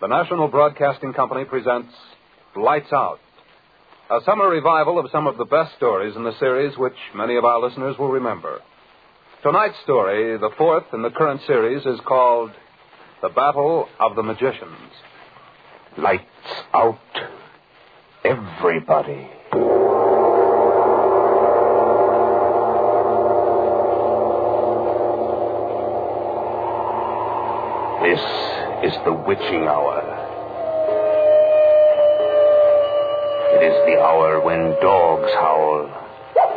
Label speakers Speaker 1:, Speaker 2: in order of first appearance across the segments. Speaker 1: The National Broadcasting Company presents Lights Out, a summer revival of some of the best stories in the series, which many of our listeners will remember. Tonight's story, the fourth in the current series, is called The Battle of the Magicians.
Speaker 2: Lights out. Everybody. This is the witching hour. It is the hour when dogs howl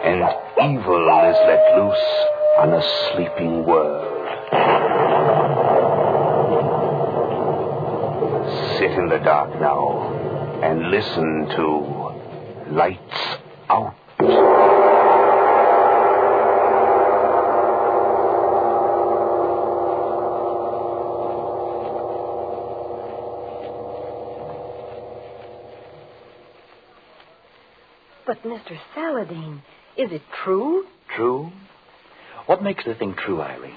Speaker 2: and evil is let loose on a sleeping world. Sit in the dark now and listen to Lights Out.
Speaker 3: But, Mr. Saladin, is it true?
Speaker 4: True? What makes the thing true, Irene?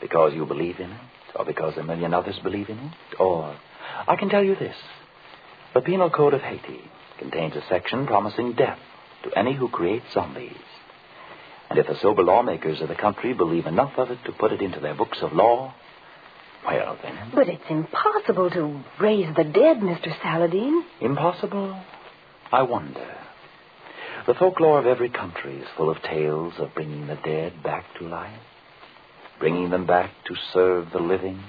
Speaker 4: Because you believe in it, or because a million others believe in it, or. I can tell you this the Penal Code of Haiti contains a section promising death to any who create zombies. And if the sober lawmakers of the country believe enough of it to put it into their books of law, well, then.
Speaker 3: But it's impossible to raise the dead, Mr. Saladin.
Speaker 4: Impossible? I wonder. The folklore of every country is full of tales of bringing the dead back to life, bringing them back to serve the living.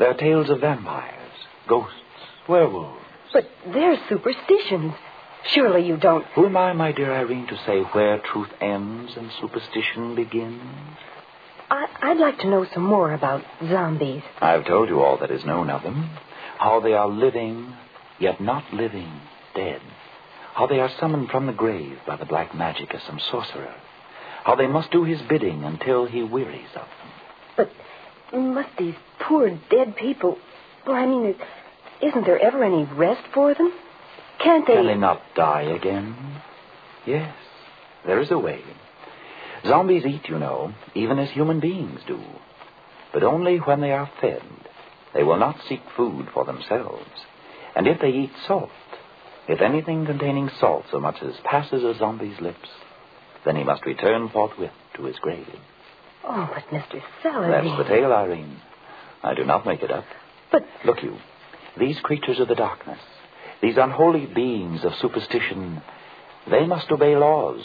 Speaker 4: There are tales of vampires, ghosts, werewolves.
Speaker 3: But they're superstitions. Surely you don't.
Speaker 4: Who am I, my dear Irene, to say where truth ends and superstition begins?
Speaker 3: I, I'd like to know some more about zombies.
Speaker 4: I've told you all that is known of them how they are living, yet not living, dead how they are summoned from the grave by the black magic of some sorcerer, how they must do his bidding until he wearies of them.
Speaker 3: But must these poor dead people, well, I mean, isn't there ever any rest for them? Can't they?
Speaker 4: Can they not die again? Yes, there is a way. Zombies eat, you know, even as human beings do, but only when they are fed. They will not seek food for themselves, and if they eat salt, if anything containing salt so much as passes a zombie's lips, then he must return forthwith to his grave.
Speaker 3: Oh, but Mr. Saladin.
Speaker 4: That's the tale, Irene. I do not make it up.
Speaker 3: But.
Speaker 4: Look you, these creatures of the darkness, these unholy beings of superstition, they must obey laws.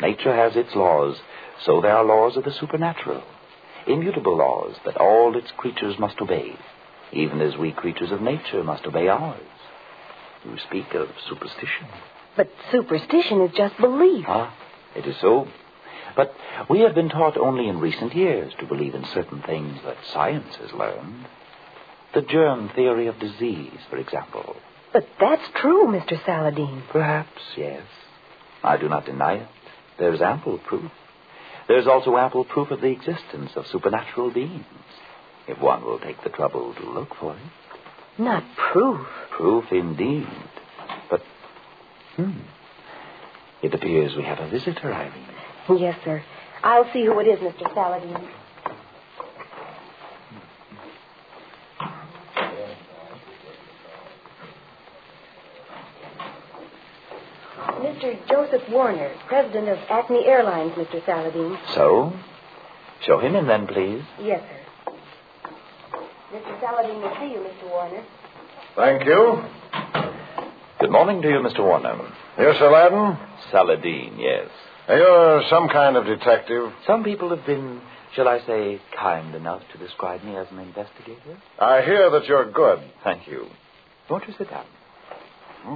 Speaker 4: Nature has its laws, so there are laws of the supernatural, immutable laws that all its creatures must obey, even as we creatures of nature must obey ours. You speak of superstition.
Speaker 3: But superstition is just belief.
Speaker 4: Ah, it is so. But we have been taught only in recent years to believe in certain things that science has learned. The germ theory of disease, for example.
Speaker 3: But that's true, Mr. Saladin.
Speaker 4: Perhaps, yes. I do not deny it. There's ample proof. There's also ample proof of the existence of supernatural beings, if one will take the trouble to look for it.
Speaker 3: Not proof.
Speaker 4: Proof indeed. But, hmm. It appears we have a visitor, Irene.
Speaker 3: Yes, sir. I'll see who it is, Mr. Saladin. Mr. Joseph Warner, president of Acme Airlines, Mr. Saladin.
Speaker 4: So? Show him in then, please.
Speaker 3: Yes, sir. Mr. Saladin will see you, Mr. Warner.
Speaker 5: Thank you.
Speaker 4: Good morning to you, Mr. Warner.
Speaker 5: You're Saladin?
Speaker 4: Saladin, yes.
Speaker 5: You're some kind of detective.
Speaker 4: Some people have been, shall I say, kind enough to describe me as an investigator.
Speaker 5: I hear that you're good.
Speaker 4: Thank you. Won't you sit down? Hmm.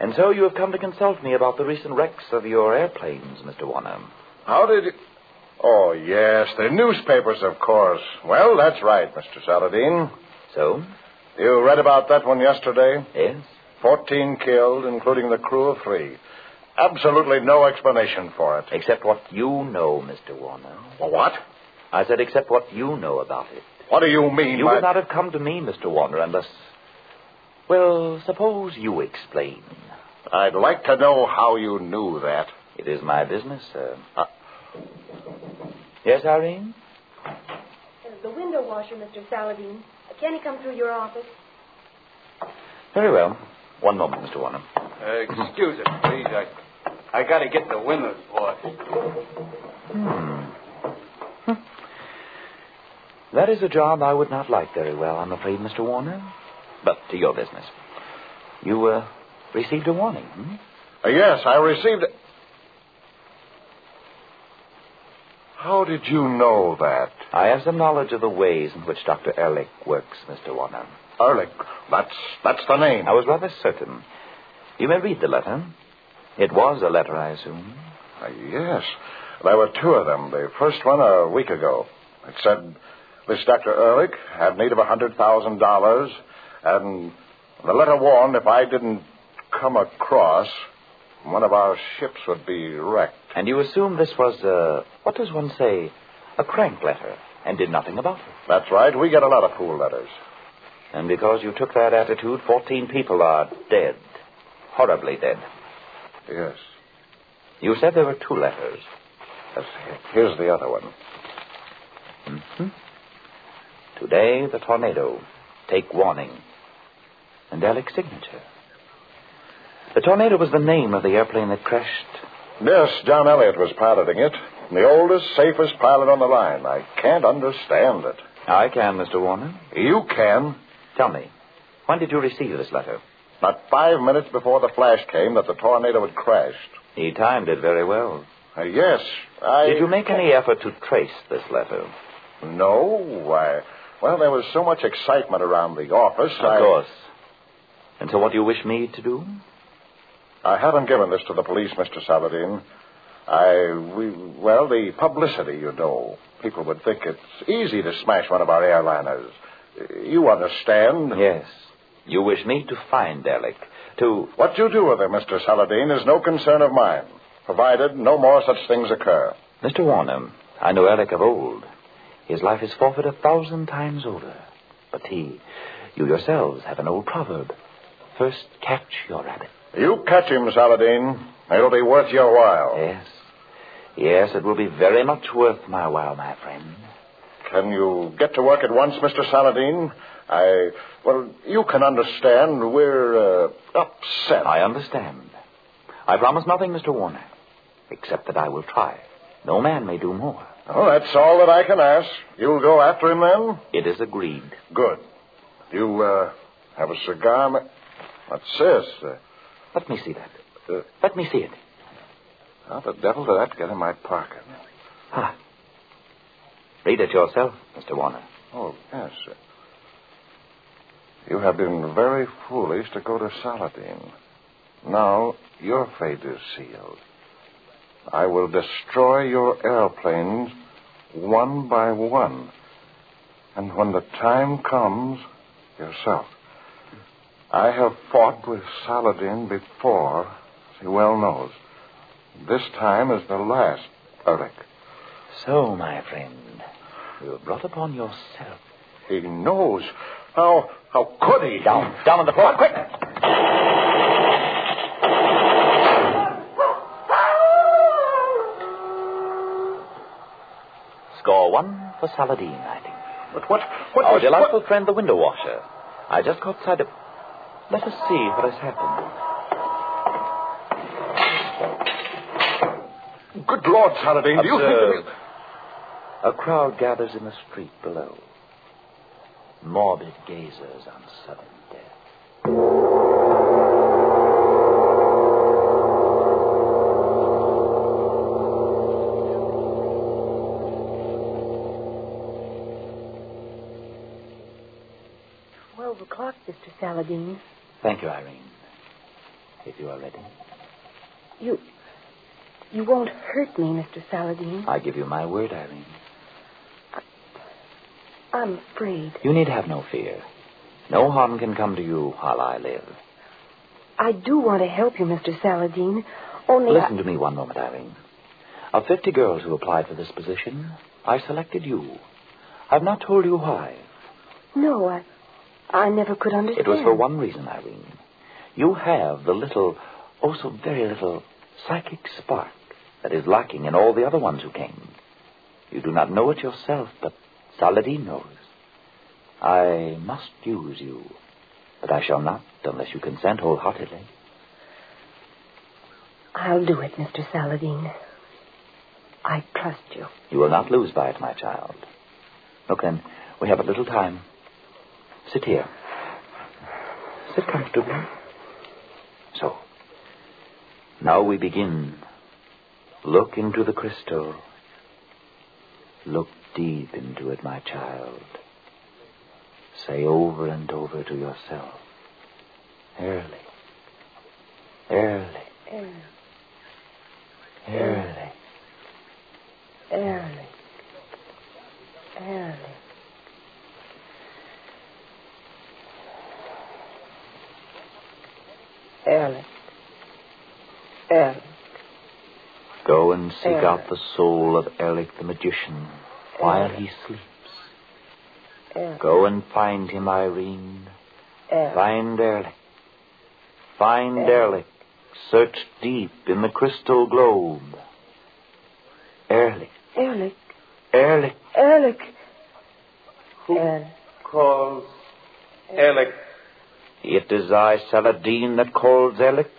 Speaker 4: And so you have come to consult me about the recent wrecks of your airplanes, Mr. Warner.
Speaker 5: How did it... Oh, yes, the newspapers, of course. Well, that's right, Mr. Saladin.
Speaker 4: So?
Speaker 5: You read about that one yesterday?
Speaker 4: Yes.
Speaker 5: Fourteen killed, including the crew of three. Absolutely no explanation for it.
Speaker 4: Except what you know, Mr. Warner.
Speaker 5: What?
Speaker 4: I said, except what you know about it.
Speaker 5: What do you mean?
Speaker 4: You
Speaker 5: by...
Speaker 4: would not have come to me, Mr. Warner, unless. Well, suppose you explain.
Speaker 5: I'd like to know how you knew that.
Speaker 4: It is my business, sir. Uh... Yes, Irene?
Speaker 3: The window washer, Mr. Saladin. Can he come through your office?
Speaker 4: Very well. One moment, Mr. Warner.
Speaker 6: Uh, excuse us, please. I, I got to get the windows washed.
Speaker 4: Hmm. That is a job I would not like very well, I'm afraid, Mr. Warner. But to your business. You, uh, received a warning, hmm?
Speaker 5: Uh, yes, I received it. How did you know that?
Speaker 4: I have some knowledge of the ways in which Dr. Ehrlich works, Mr. Warner.
Speaker 5: Ehrlich. That's that's the name.
Speaker 4: I was rather certain. You may read the letter. It was a letter, I assume.
Speaker 5: Uh, yes. There were two of them. The first one a week ago. It said, This Dr. Ehrlich had need of a $100,000, and the letter warned if I didn't come across, one of our ships would be wrecked.
Speaker 4: And you assume this was, uh, what does one say, a crank letter, and did nothing about it.
Speaker 5: That's right. We get a lot of fool letters.
Speaker 4: And because you took that attitude, 14 people are dead. Horribly dead.
Speaker 5: Yes.
Speaker 4: You said there were two letters.
Speaker 5: yes. Here's the other one.
Speaker 4: hmm Today, the tornado. Take warning. And Alec's signature. The tornado was the name of the airplane that crashed.
Speaker 5: Yes, John Elliott was piloting it. The oldest, safest pilot on the line. I can't understand it.
Speaker 4: I can, Mr. Warner.
Speaker 5: You can.
Speaker 4: Tell me, when did you receive this letter?
Speaker 5: Not five minutes before the flash came that the tornado had crashed.
Speaker 4: He timed it very well.
Speaker 5: Uh, yes, I.
Speaker 4: Did you make any effort to trace this letter?
Speaker 5: No, I. Well, there was so much excitement around the office. I,
Speaker 4: Of course. And so, what do you wish me to do?
Speaker 5: I haven't given this to the police, Mr. Saladin. I. We, well, the publicity, you know. People would think it's easy to smash one of our airliners. You understand?
Speaker 4: Yes. You wish me to find Alec, to
Speaker 5: What you do with him, Mr. Saladin, is no concern of mine, provided no more such things occur.
Speaker 4: Mr. Warner, I know Alec of old. His life is forfeit a thousand times over. But he, you yourselves have an old proverb first catch your rabbit.
Speaker 5: You catch him, Saladin. It'll be worth your while.
Speaker 4: Yes. Yes, it will be very much worth my while, my friend.
Speaker 5: Can you get to work at once, Mr. Saladin? I. Well, you can understand. We're uh, upset.
Speaker 4: I understand. I promise nothing, Mr. Warner, except that I will try. No man may do more.
Speaker 5: Well, Oh, that's all that I can ask. You'll go after him then?
Speaker 4: It is agreed.
Speaker 5: Good. You uh, have a cigar? ma- What's this? Uh,
Speaker 4: Let me see that.
Speaker 5: Uh,
Speaker 4: Let me see it.
Speaker 5: how the devil did that get in my pocket?
Speaker 4: Ah. Read it yourself, Mr. Warner.
Speaker 5: Oh, yes. sir. You have been very foolish to go to Saladin. Now your fate is sealed. I will destroy your airplanes one by one. And when the time comes, yourself. I have fought with Saladin before, as he well knows. This time is the last, Eric.
Speaker 4: So, my friend, you have brought upon yourself.
Speaker 5: He knows. How how could he?
Speaker 4: Down, down on the floor, quick! Score one for Saladin, I think.
Speaker 5: But what what
Speaker 4: Our
Speaker 5: was
Speaker 4: delightful friend, the window washer. I just caught sight of. Let us see what has happened.
Speaker 5: what- Good Lord, Saladin, do you think that
Speaker 4: Observe. A crowd gathers in the street below. Morbid gazers on sudden death.
Speaker 3: Twelve o'clock, Mr. Saladin.
Speaker 4: Thank you, Irene. If you are ready,
Speaker 3: You. You won't hurt me, Mr. Saladin.
Speaker 4: I give you my word, Irene.
Speaker 3: I'm afraid.
Speaker 4: You need have no fear. No harm can come to you while I live.
Speaker 3: I do want to help you, Mr. Saladin. Only. I-
Speaker 4: Listen to me one moment, Irene. Of 50 girls who applied for this position, I selected you. I've not told you why.
Speaker 3: No, I. I never could understand.
Speaker 4: It was for one reason, Irene. You have the little, oh, so very little, psychic spark that is lacking in all the other ones who came. You do not know it yourself, but Saladin knows. I must use you, but I shall not unless you consent wholeheartedly.
Speaker 3: I'll do it, Mr. Saladin. I trust you.
Speaker 4: You will not lose by it, my child. Look, then, we have a little time. Sit here. Sit comfortably. So, now we begin. Look into the crystal. Look deep into it, my child. Say over and over to yourself. Early. Early. Early.
Speaker 3: Early. Early. Early. Early.
Speaker 4: Go and seek
Speaker 3: Early.
Speaker 4: out the soul of Eric the magician while he sleeps.
Speaker 3: Early.
Speaker 4: Go and find him, Irene.
Speaker 3: Early.
Speaker 4: Find Erlich. Find Erlich. Search deep in the crystal globe. Erlich.
Speaker 3: Early.
Speaker 4: Erlich.
Speaker 3: Ehrlich. Ehrlich.
Speaker 7: Calls Alec.
Speaker 4: It is I, Saladin, that calls Erlich.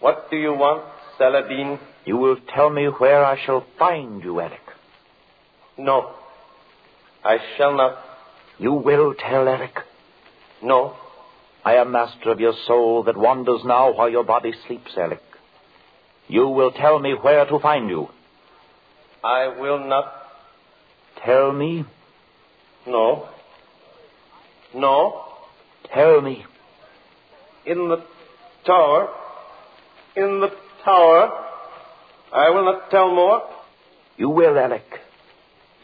Speaker 7: What do you want, Saladin?
Speaker 4: You will tell me where I shall find you, Erlich.
Speaker 7: No. I shall not.
Speaker 4: You will tell Erich.
Speaker 7: No.
Speaker 4: I am master of your soul that wanders now while your body sleeps, Erlich. You will tell me where to find you.
Speaker 7: I will not.
Speaker 4: Tell me.
Speaker 7: No. No.
Speaker 4: Tell me.
Speaker 7: In the tower. In the tower. I will not tell more.
Speaker 4: You will, Erlich.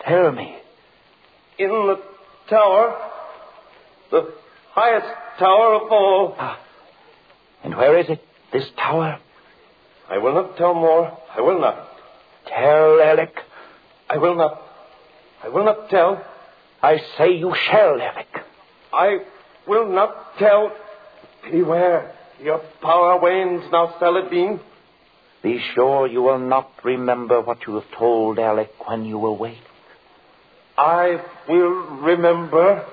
Speaker 4: Tell me.
Speaker 7: In the tower. The highest tower of all.
Speaker 4: And where is it? This tower?
Speaker 7: I will not tell more. I will not.
Speaker 4: Tell, Alec.
Speaker 7: I will not. I will not tell.
Speaker 4: I say you shall, Alec.
Speaker 7: I will not tell. Beware. Your power wanes now, Saladin.
Speaker 4: Be sure you will not remember what you have told Alec when you awake.
Speaker 7: I will remember.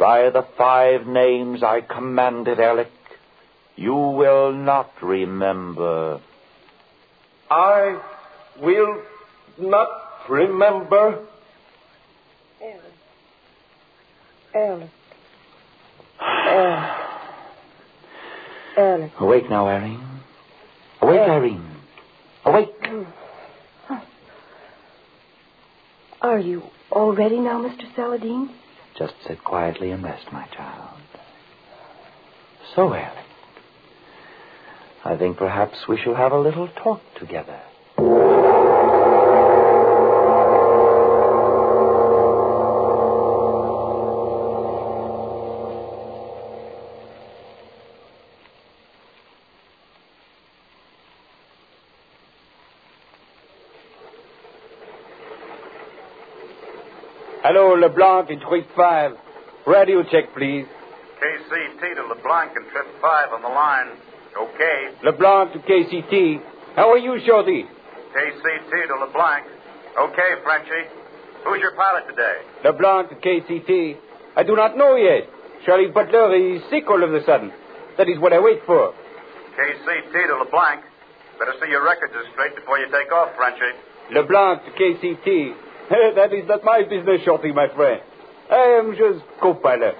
Speaker 4: By the five names I commanded, Alec, you will not remember.
Speaker 7: I will not remember.
Speaker 3: Ehrlich. Ehrlich. Ehrlich.
Speaker 4: Awake now, Irene. Awake, Irene. Awake.
Speaker 3: Are you all ready now, Mr. Saladin?
Speaker 4: Just sit quietly and rest, my child. So, Alec, I think perhaps we shall have a little talk together.
Speaker 7: Hello, LeBlanc in Trip 5. Radio check, please.
Speaker 8: KCT to LeBlanc and trip five on the line. Okay.
Speaker 7: LeBlanc to KCT. How are you, Shorty?
Speaker 8: KCT to LeBlanc. Okay, Frenchie. Who's your pilot today?
Speaker 7: LeBlanc to KCT. I do not know yet. Sheriff Butler is sick all of a sudden. That is what I wait for.
Speaker 8: KCT to LeBlanc. Better see your records are straight before you take off, Frenchie.
Speaker 7: LeBlanc to KCT. that is not my business, Shorty, my friend. I am just co-pilot.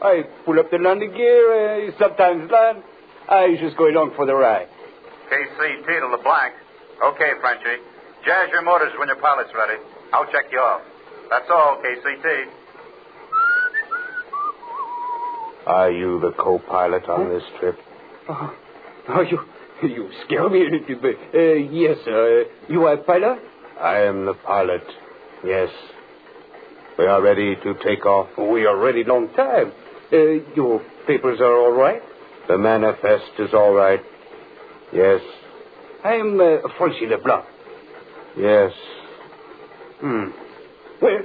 Speaker 7: I pull up the landing gear, uh, sometimes land. I just go along for the ride.
Speaker 8: KCT to LeBlanc. Okay, Frenchie. Jazz your motors when your pilot's ready. I'll check you off. That's all, KCT.
Speaker 4: Are you the co pilot on this trip?
Speaker 7: Oh, oh, you, you scare me a little bit. Uh, yes, sir. You are a pilot?
Speaker 9: I am the pilot. Yes. We are ready to take off.
Speaker 7: We are ready long time. Uh, your papers are all right?
Speaker 9: The manifest is all right. Yes.
Speaker 7: I am uh, Francis LeBlanc.
Speaker 9: Yes.
Speaker 7: Hmm. Well,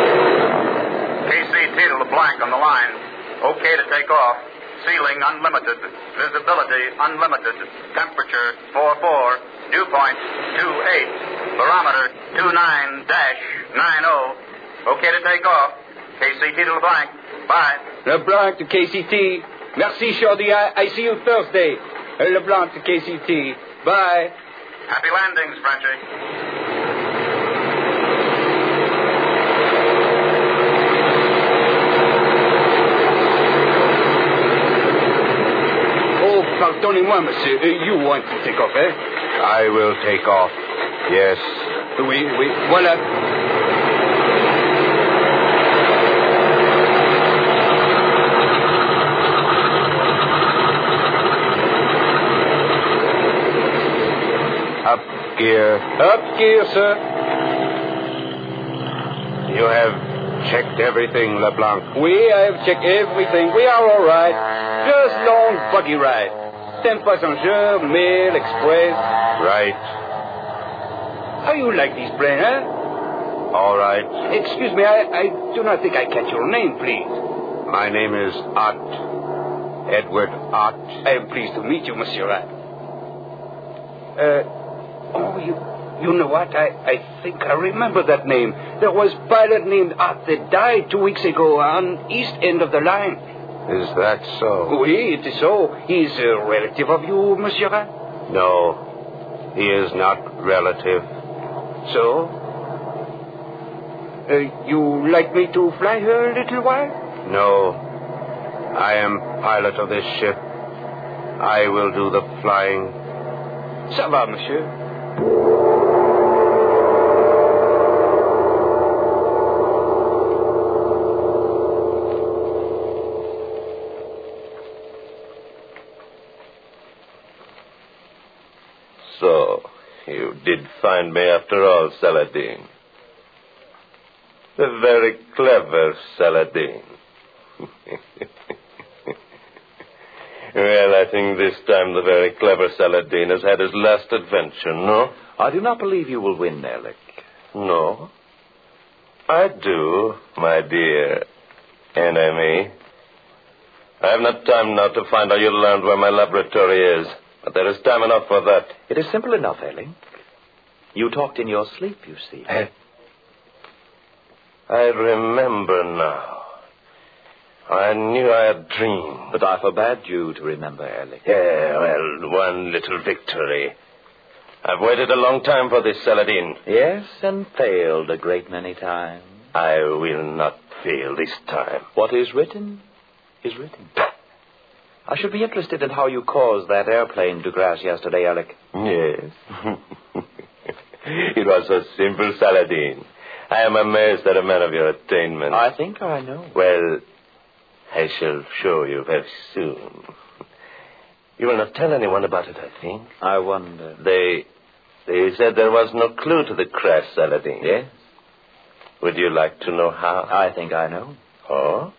Speaker 8: KCT to LeBlanc on the line. Okay to take off. Ceiling unlimited. Visibility unlimited. 944, dew point 28, barometer 29 90. Okay oh. to take off. KCT to the blank. Bye.
Speaker 6: LeBlanc to KCT. Merci, Shorty. I, I see you Thursday. Uh, LeBlanc to KCT. Bye.
Speaker 8: Happy landings, Frenchie.
Speaker 6: Oh, pardonnez-moi, monsieur. Uh, you want to take off, eh?
Speaker 2: I will take off. Yes.
Speaker 6: Oui, oui. Voilà.
Speaker 2: Up gear.
Speaker 6: Up gear, sir.
Speaker 2: You have checked everything, LeBlanc.
Speaker 6: We have checked everything. We are all right. Just long buggy ride. Ten passengers, mail, express.
Speaker 2: Right.
Speaker 6: How you like this plane, huh?
Speaker 2: All right.
Speaker 6: Excuse me, I, I do not think I catch your name, please.
Speaker 2: My name is Ott. Edward Ott.
Speaker 6: I am pleased to meet you, Monsieur Rat. Uh, oh, you, you know what? I, I think I remember that name. There was a pilot named Art that died two weeks ago on east end of the line.
Speaker 2: Is that so?
Speaker 6: Oui, it is so. He is a relative of you, Monsieur Rat.
Speaker 2: No. He is not relative.
Speaker 6: So? Uh, you like me to fly her a little while?
Speaker 2: No. I am pilot of this ship. I will do the flying.
Speaker 6: Ça va, monsieur.
Speaker 7: So, you did find me after all, Saladin. The very clever Saladin. well, I think this time the very clever Saladin has had his last adventure, no?
Speaker 4: I do not believe you will win, Erlich.
Speaker 7: No. I do, my dear enemy. I have not time now to find out you learned where my laboratory is, but there is time enough for that.
Speaker 4: It is simple enough, Erlich. You talked in your sleep, you see.
Speaker 7: I remember now. I knew I had dreamed.
Speaker 4: But I forbade you to remember, Erlich.
Speaker 7: Yeah, well, one little victory. I've waited a long time for this, Saladin.
Speaker 4: Yes, and failed a great many times.
Speaker 7: I will not fail this time.
Speaker 4: What is written is written. I should be interested in how you caused that airplane to crash yesterday, Alec.
Speaker 7: Yes. it was so simple, Saladin. I am amazed at a man of your attainment.
Speaker 4: I think I know.
Speaker 7: Well, I shall show you very soon. You will not tell anyone about it, I think.
Speaker 4: I wonder.
Speaker 7: They, they said there was no clue to the crash, Saladin.
Speaker 4: Yes,
Speaker 7: Would you like to know how?
Speaker 4: I think I know.
Speaker 7: Oh?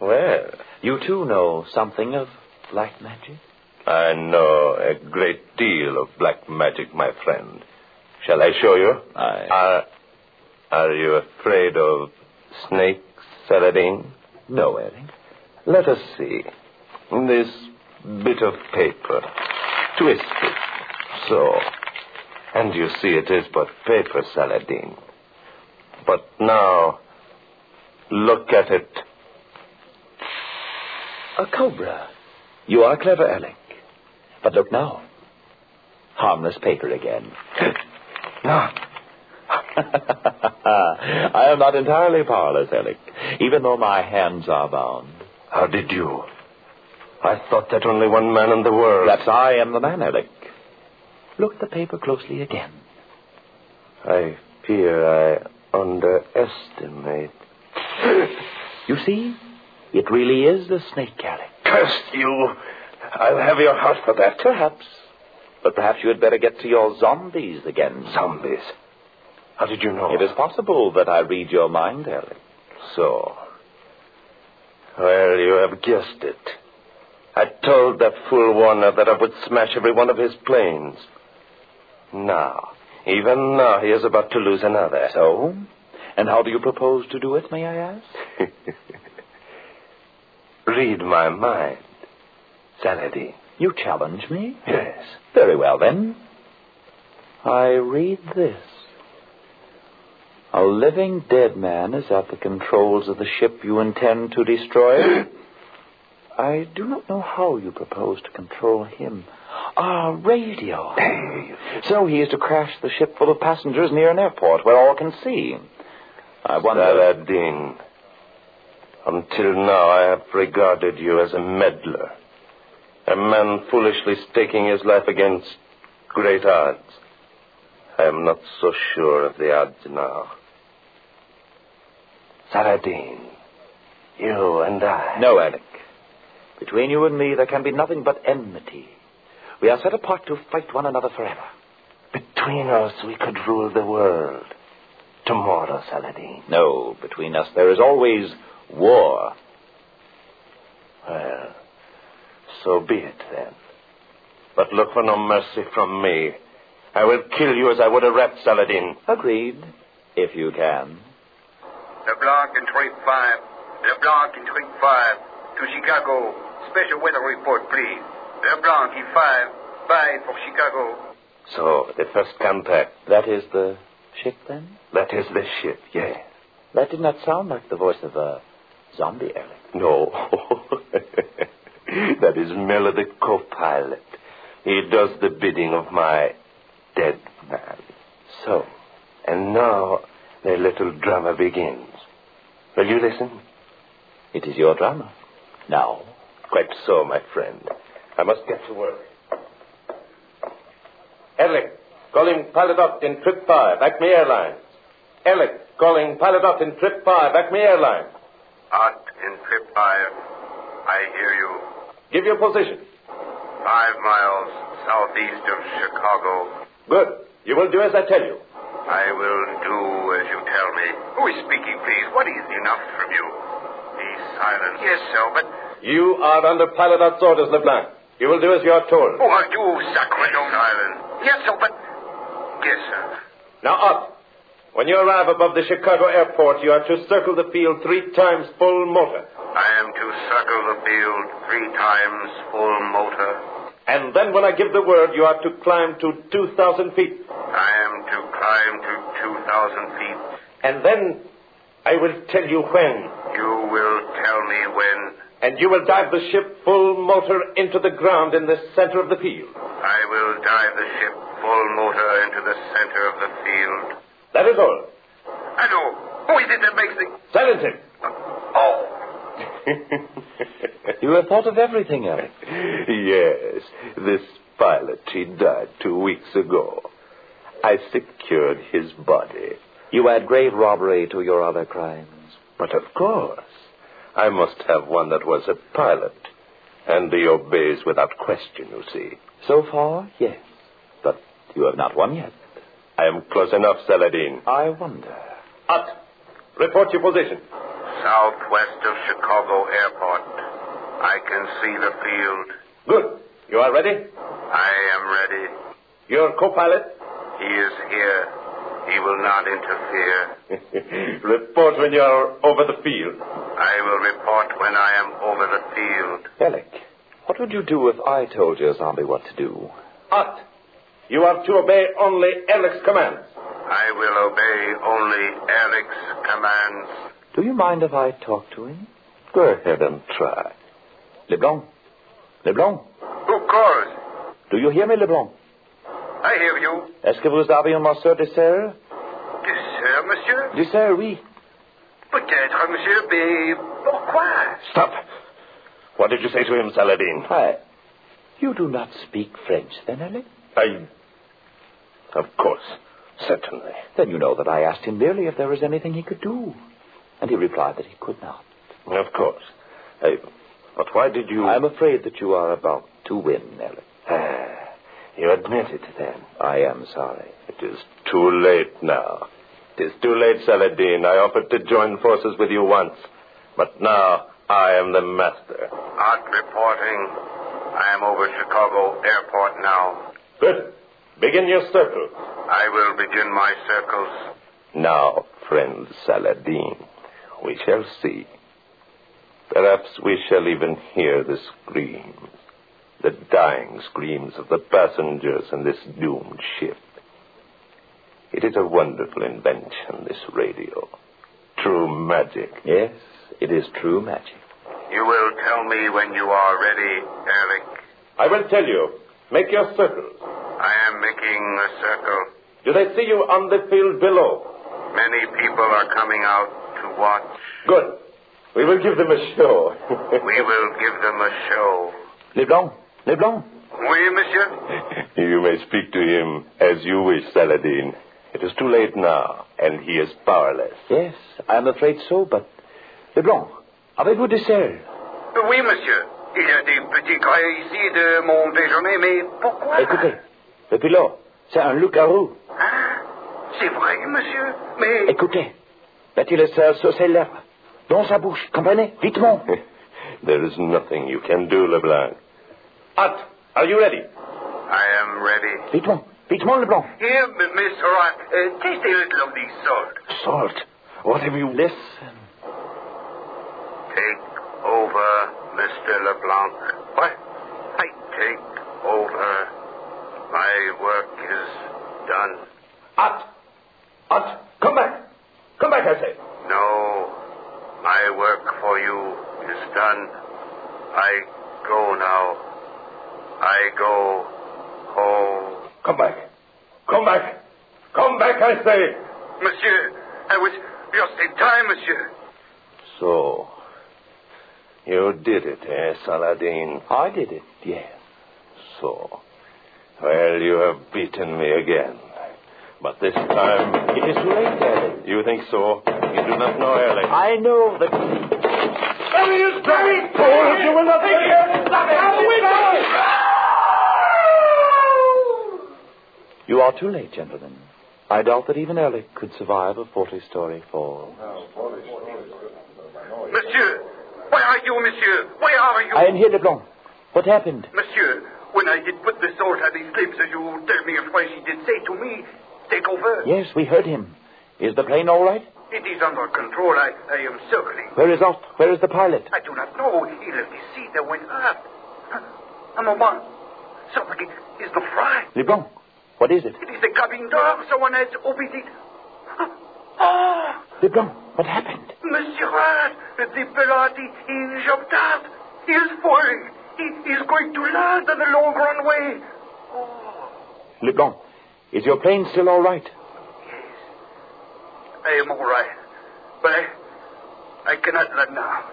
Speaker 7: Well,
Speaker 4: You too know something of black magic.
Speaker 7: I know a great deal of black magic, my friend. Shall I show you?
Speaker 4: I.
Speaker 7: Are, are you afraid of snakes, Saladin?
Speaker 4: No, Erlich.
Speaker 7: Let us see. This bit of paper. Twist it. So. And you see it is but paper, Saladin. But now, look at it.
Speaker 4: A cobra. You are clever, Alec. But look now. Harmless paper again.
Speaker 7: No.
Speaker 4: I am not entirely powerless, Alec, even though my hands are bound.
Speaker 7: How did you? I thought that only one man in the world.
Speaker 4: Perhaps I am the man, Alec. Look at the paper closely again.
Speaker 7: I fear I underestimate.
Speaker 4: You see? It really is a snake, Alec.
Speaker 7: Cursed you! I'll have your heart for that.
Speaker 4: Perhaps. But perhaps you had better get to your zombies again.
Speaker 7: Zombies. How did you know?
Speaker 4: It is possible that I read your mind, Alec.
Speaker 7: So. Well, you have guessed it. I told that fool Warner that I would smash every one of his planes. Now, even now, he is about to lose another.
Speaker 4: So? And how do you propose to do it, may I ask?
Speaker 7: Read my mind, Saladin.
Speaker 4: You challenge me?
Speaker 7: Yes.
Speaker 4: Very well, then. I read this. A living dead man is at the controls of the ship you intend to destroy. I do not know how you propose to control him. Ah, radio. so he is to crash the ship full of passengers near an airport where all can see. I wonder. uh,
Speaker 7: Saladin, until now I have regarded you as a meddler, a man foolishly staking his life against great odds. I am not so sure of the odds now. Saladin, you and I.
Speaker 4: No, Alec. Between you and me, there can be nothing but enmity. We are set apart to fight one another forever.
Speaker 7: Between us, we could rule the world. Tomorrow, Saladin.
Speaker 4: No, between us, there is always war.
Speaker 7: Well, so be it then. But look for no mercy from me. I will kill you as I would a rat, Saladin.
Speaker 4: Agreed, if you can.
Speaker 8: LeBlanc and Tweet 5. LeBlanc and Tweet 5. To Chicago. Special weather report, please. LeBlanc E5. Bye for Chicago.
Speaker 7: So, the first contact.
Speaker 4: That is the ship, then?
Speaker 7: That is the ship, yes.
Speaker 4: That did not sound like the voice of a zombie, Alec.
Speaker 7: No. that is merely the co pilot. He does the bidding of my dead man.
Speaker 4: So,
Speaker 7: And now the little drama begins. Will you listen?
Speaker 4: it is your drama. Now,
Speaker 7: Quite so, my friend. I must get to work. Alec, calling pilot up in trip five, Acme Airlines. Alec, calling pilot up in trip five, Acme Airlines.
Speaker 8: Out in trip 5. I hear you.
Speaker 7: Give your position.
Speaker 8: Five miles southeast of Chicago.
Speaker 7: Good. You will do as I tell you.
Speaker 8: I will do as you tell me. Who is speaking, please? What is enough from you? Be silent. Yes, sir, but
Speaker 7: You are under pilot out's orders, LeBlanc. You will do as you are told.
Speaker 8: who are you, Sacramento? Silent. Yes, sir, but yes, sir.
Speaker 7: Now up. When you arrive above the Chicago airport, you are to circle the field three times full motor.
Speaker 8: I am to circle the field three times full motor.
Speaker 7: And then when I give the word, you are to climb to 2,000 feet.
Speaker 8: I am to climb to two thousand feet.
Speaker 7: And then I will tell you when.
Speaker 8: You will tell me when.
Speaker 7: And you will dive the ship full motor into the ground in the center of the field.
Speaker 8: I will dive the ship full motor into the center of the field.
Speaker 7: That is all.
Speaker 8: Hello. Who is it Oh, that makes the
Speaker 7: Silence him.
Speaker 8: Oh.
Speaker 4: you have thought of everything, Alec.
Speaker 7: Yes, this pilot, he died two weeks ago. I secured his body.
Speaker 4: You add grave robbery to your other crimes.
Speaker 7: But of course, I must have one that was a pilot. And he obeys without question, you see.
Speaker 4: So far, yes. But you have not won yet.
Speaker 7: I am close enough, Saladin.
Speaker 4: I wonder.
Speaker 7: Up. Report your position.
Speaker 8: Southwest of Chicago Airport. I can see the field.
Speaker 7: Good. You are ready?
Speaker 8: I am ready.
Speaker 7: Your co-pilot?
Speaker 8: He is here. He will not interfere.
Speaker 7: Report when you are over the field.
Speaker 8: I will report when I am over the field.
Speaker 4: Alec, what would you do if I told your zombie what to do?
Speaker 7: Ott, you are to obey only Eric's commands.
Speaker 8: I will obey only Eric's commands.
Speaker 4: Do you mind if I talk to him?
Speaker 7: Go ahead and try.
Speaker 4: Leblanc? Leblanc?
Speaker 8: Who calls?
Speaker 4: Do you hear me, Leblanc?
Speaker 8: I hear you.
Speaker 4: Est-ce que vous avez un monsieur de serre?
Speaker 8: Sir, monsieur?
Speaker 4: De serre, oui.
Speaker 8: Peut-être, monsieur, mais pourquoi?
Speaker 7: Stop. What did you say to him, Saladin?
Speaker 4: Why, you do not speak French, then, Alec?
Speaker 7: I. Of course. Certainly.
Speaker 4: Then you know that I asked him merely if there was anything he could do. And he replied that he could not.
Speaker 7: Of course. I... But why did you.
Speaker 4: I'm afraid that you are about to win, Alec.
Speaker 7: Ah, you admit it then.
Speaker 4: I am sorry.
Speaker 7: It is too late now. It is too late, Saladin. I offered to join forces with you once. But now I am the master.
Speaker 8: Art reporting. I am over Chicago Airport now.
Speaker 7: Good. Begin your circle.
Speaker 8: I will begin my circles.
Speaker 7: Now, friend Saladin, we shall see. Perhaps we shall even hear the screams. the dying screams of the passengers in this doomed ship. It is a wonderful invention, this radio. True magic.
Speaker 4: Yes, it is true magic.
Speaker 8: You will tell me when you are ready, Eric.
Speaker 7: I will tell you. Make your circles.
Speaker 8: I am making a circle.
Speaker 7: Do they see you on the field below?
Speaker 8: Many people are coming out to watch.
Speaker 7: Good. We will give them a show.
Speaker 8: We will give them a show.
Speaker 4: Leblanc, Leblanc.
Speaker 8: Oui, monsieur?
Speaker 7: you may speak to him as you wish, Saladin. It is too late now, and he is powerless.
Speaker 4: Yes, I am afraid so, but. Leblanc, avez-vous des selles?
Speaker 8: Oui, monsieur. Il y a des petits grains ici de mon déjeuner, mais pourquoi?
Speaker 4: Écoutez, le pilot, c'est un loup-garou.
Speaker 8: Hein? Ah, C'est vrai, monsieur, mais...
Speaker 4: Écoutez, mettez le sel sur ses lèvres, dans sa bouche, comprenez? Vitement.
Speaker 7: there is nothing you can do, Leblanc. Ott, are you ready?
Speaker 8: I am ready.
Speaker 4: Vitement, vitement, Leblanc.
Speaker 8: Here, M- Miss Horat, uh, taste a little of this salt.
Speaker 4: Salt. What have you. Listen.
Speaker 8: Take over, Mr. LeBlanc. What? I take over. My work is done.
Speaker 7: Ott! Ott, come back. Come back, I say.
Speaker 8: No, my work for you is done. I go now. I go home.
Speaker 7: Come back. Come back. Come back, I say.
Speaker 8: Monsieur, I was just in time, monsieur.
Speaker 7: So, you did it, eh, Saladin?
Speaker 4: I did it, yes.
Speaker 7: So, well, you have beaten me again. But this time,
Speaker 4: It is too late, eh? Eric.
Speaker 7: you think so? You do not know Erlich.
Speaker 4: I know that.
Speaker 7: you will not
Speaker 4: You are too late, gentlemen. I doubt that even Erlich could survive a 40 story fall.
Speaker 8: Monsieur, where are you, monsieur? Where are you?
Speaker 4: I am here, Leblanc. What happened?
Speaker 8: Monsieur, when I did put the sword at his lips, as you tell me of what he did say to me, take over.
Speaker 4: Yes, we heard him. Is the plane all right?
Speaker 8: It is under control. I, I am circling.
Speaker 4: Where is Ott? Where is the pilot?
Speaker 8: I do not know. He left his seat and went up. A moment. Something is not right.
Speaker 4: Leblanc, what is it?
Speaker 8: It is the cabin door. Someone has opened it. Oh,
Speaker 4: Leblanc, what happened?
Speaker 8: Monsieur Rat, the pilot, he, he jumped out. He is falling. He, he is going to land on the long runway. Oh.
Speaker 4: Leblanc, is your plane still all right?
Speaker 8: I am all right, but I, I cannot land now.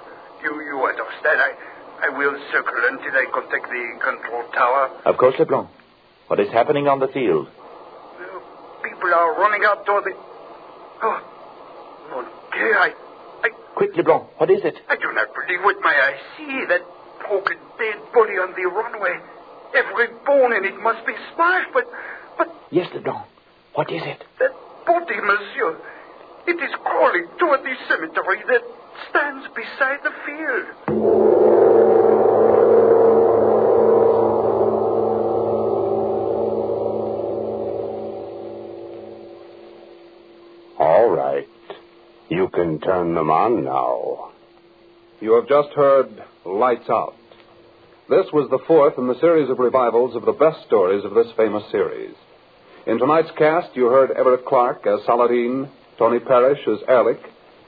Speaker 8: You, you understand? I, I will circle until I contact the control tower.
Speaker 4: Of course, Leblanc. What is happening on the field?
Speaker 8: People are running out toward the. Oh, mon Dieu! I, I,
Speaker 4: Quick, Leblanc, what is it?
Speaker 8: I do not believe with my eyes. See that broken dead body on the runway. Every bone in it must be smashed, but, but
Speaker 4: Yes, Leblanc. What is it?
Speaker 8: That body, monsieur, it is crawling toward the cemetery that stands beside the field.
Speaker 2: All right. You can turn them on now.
Speaker 1: You have just heard Lights Out. This was the fourth in the series of revivals of the best stories of this famous series. In tonight's cast, you heard Everett Clark as Saladin, Tony Parrish as Alec,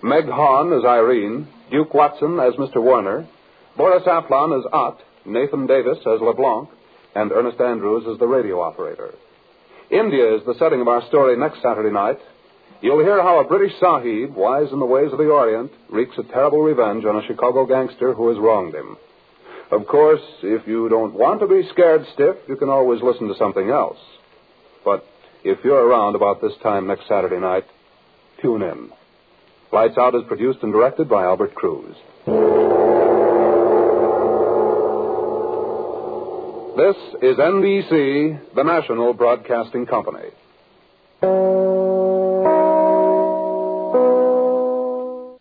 Speaker 1: Meg Hahn as Irene, Duke Watson as Mr. Warner, Boris Aplon as Ott, Nathan Davis as LeBlanc, and Ernest Andrews as the radio operator. India is the setting of our story next Saturday night, You'll hear how a British sahib, wise in the ways of the Orient, wreaks a terrible revenge on a Chicago gangster who has wronged him. Of course, if you don't want to be scared stiff, you can always listen to something else. But if you're around about this time next Saturday night, tune in. Lights Out is produced and directed by Albert Cruz. This is NBC, the national broadcasting company.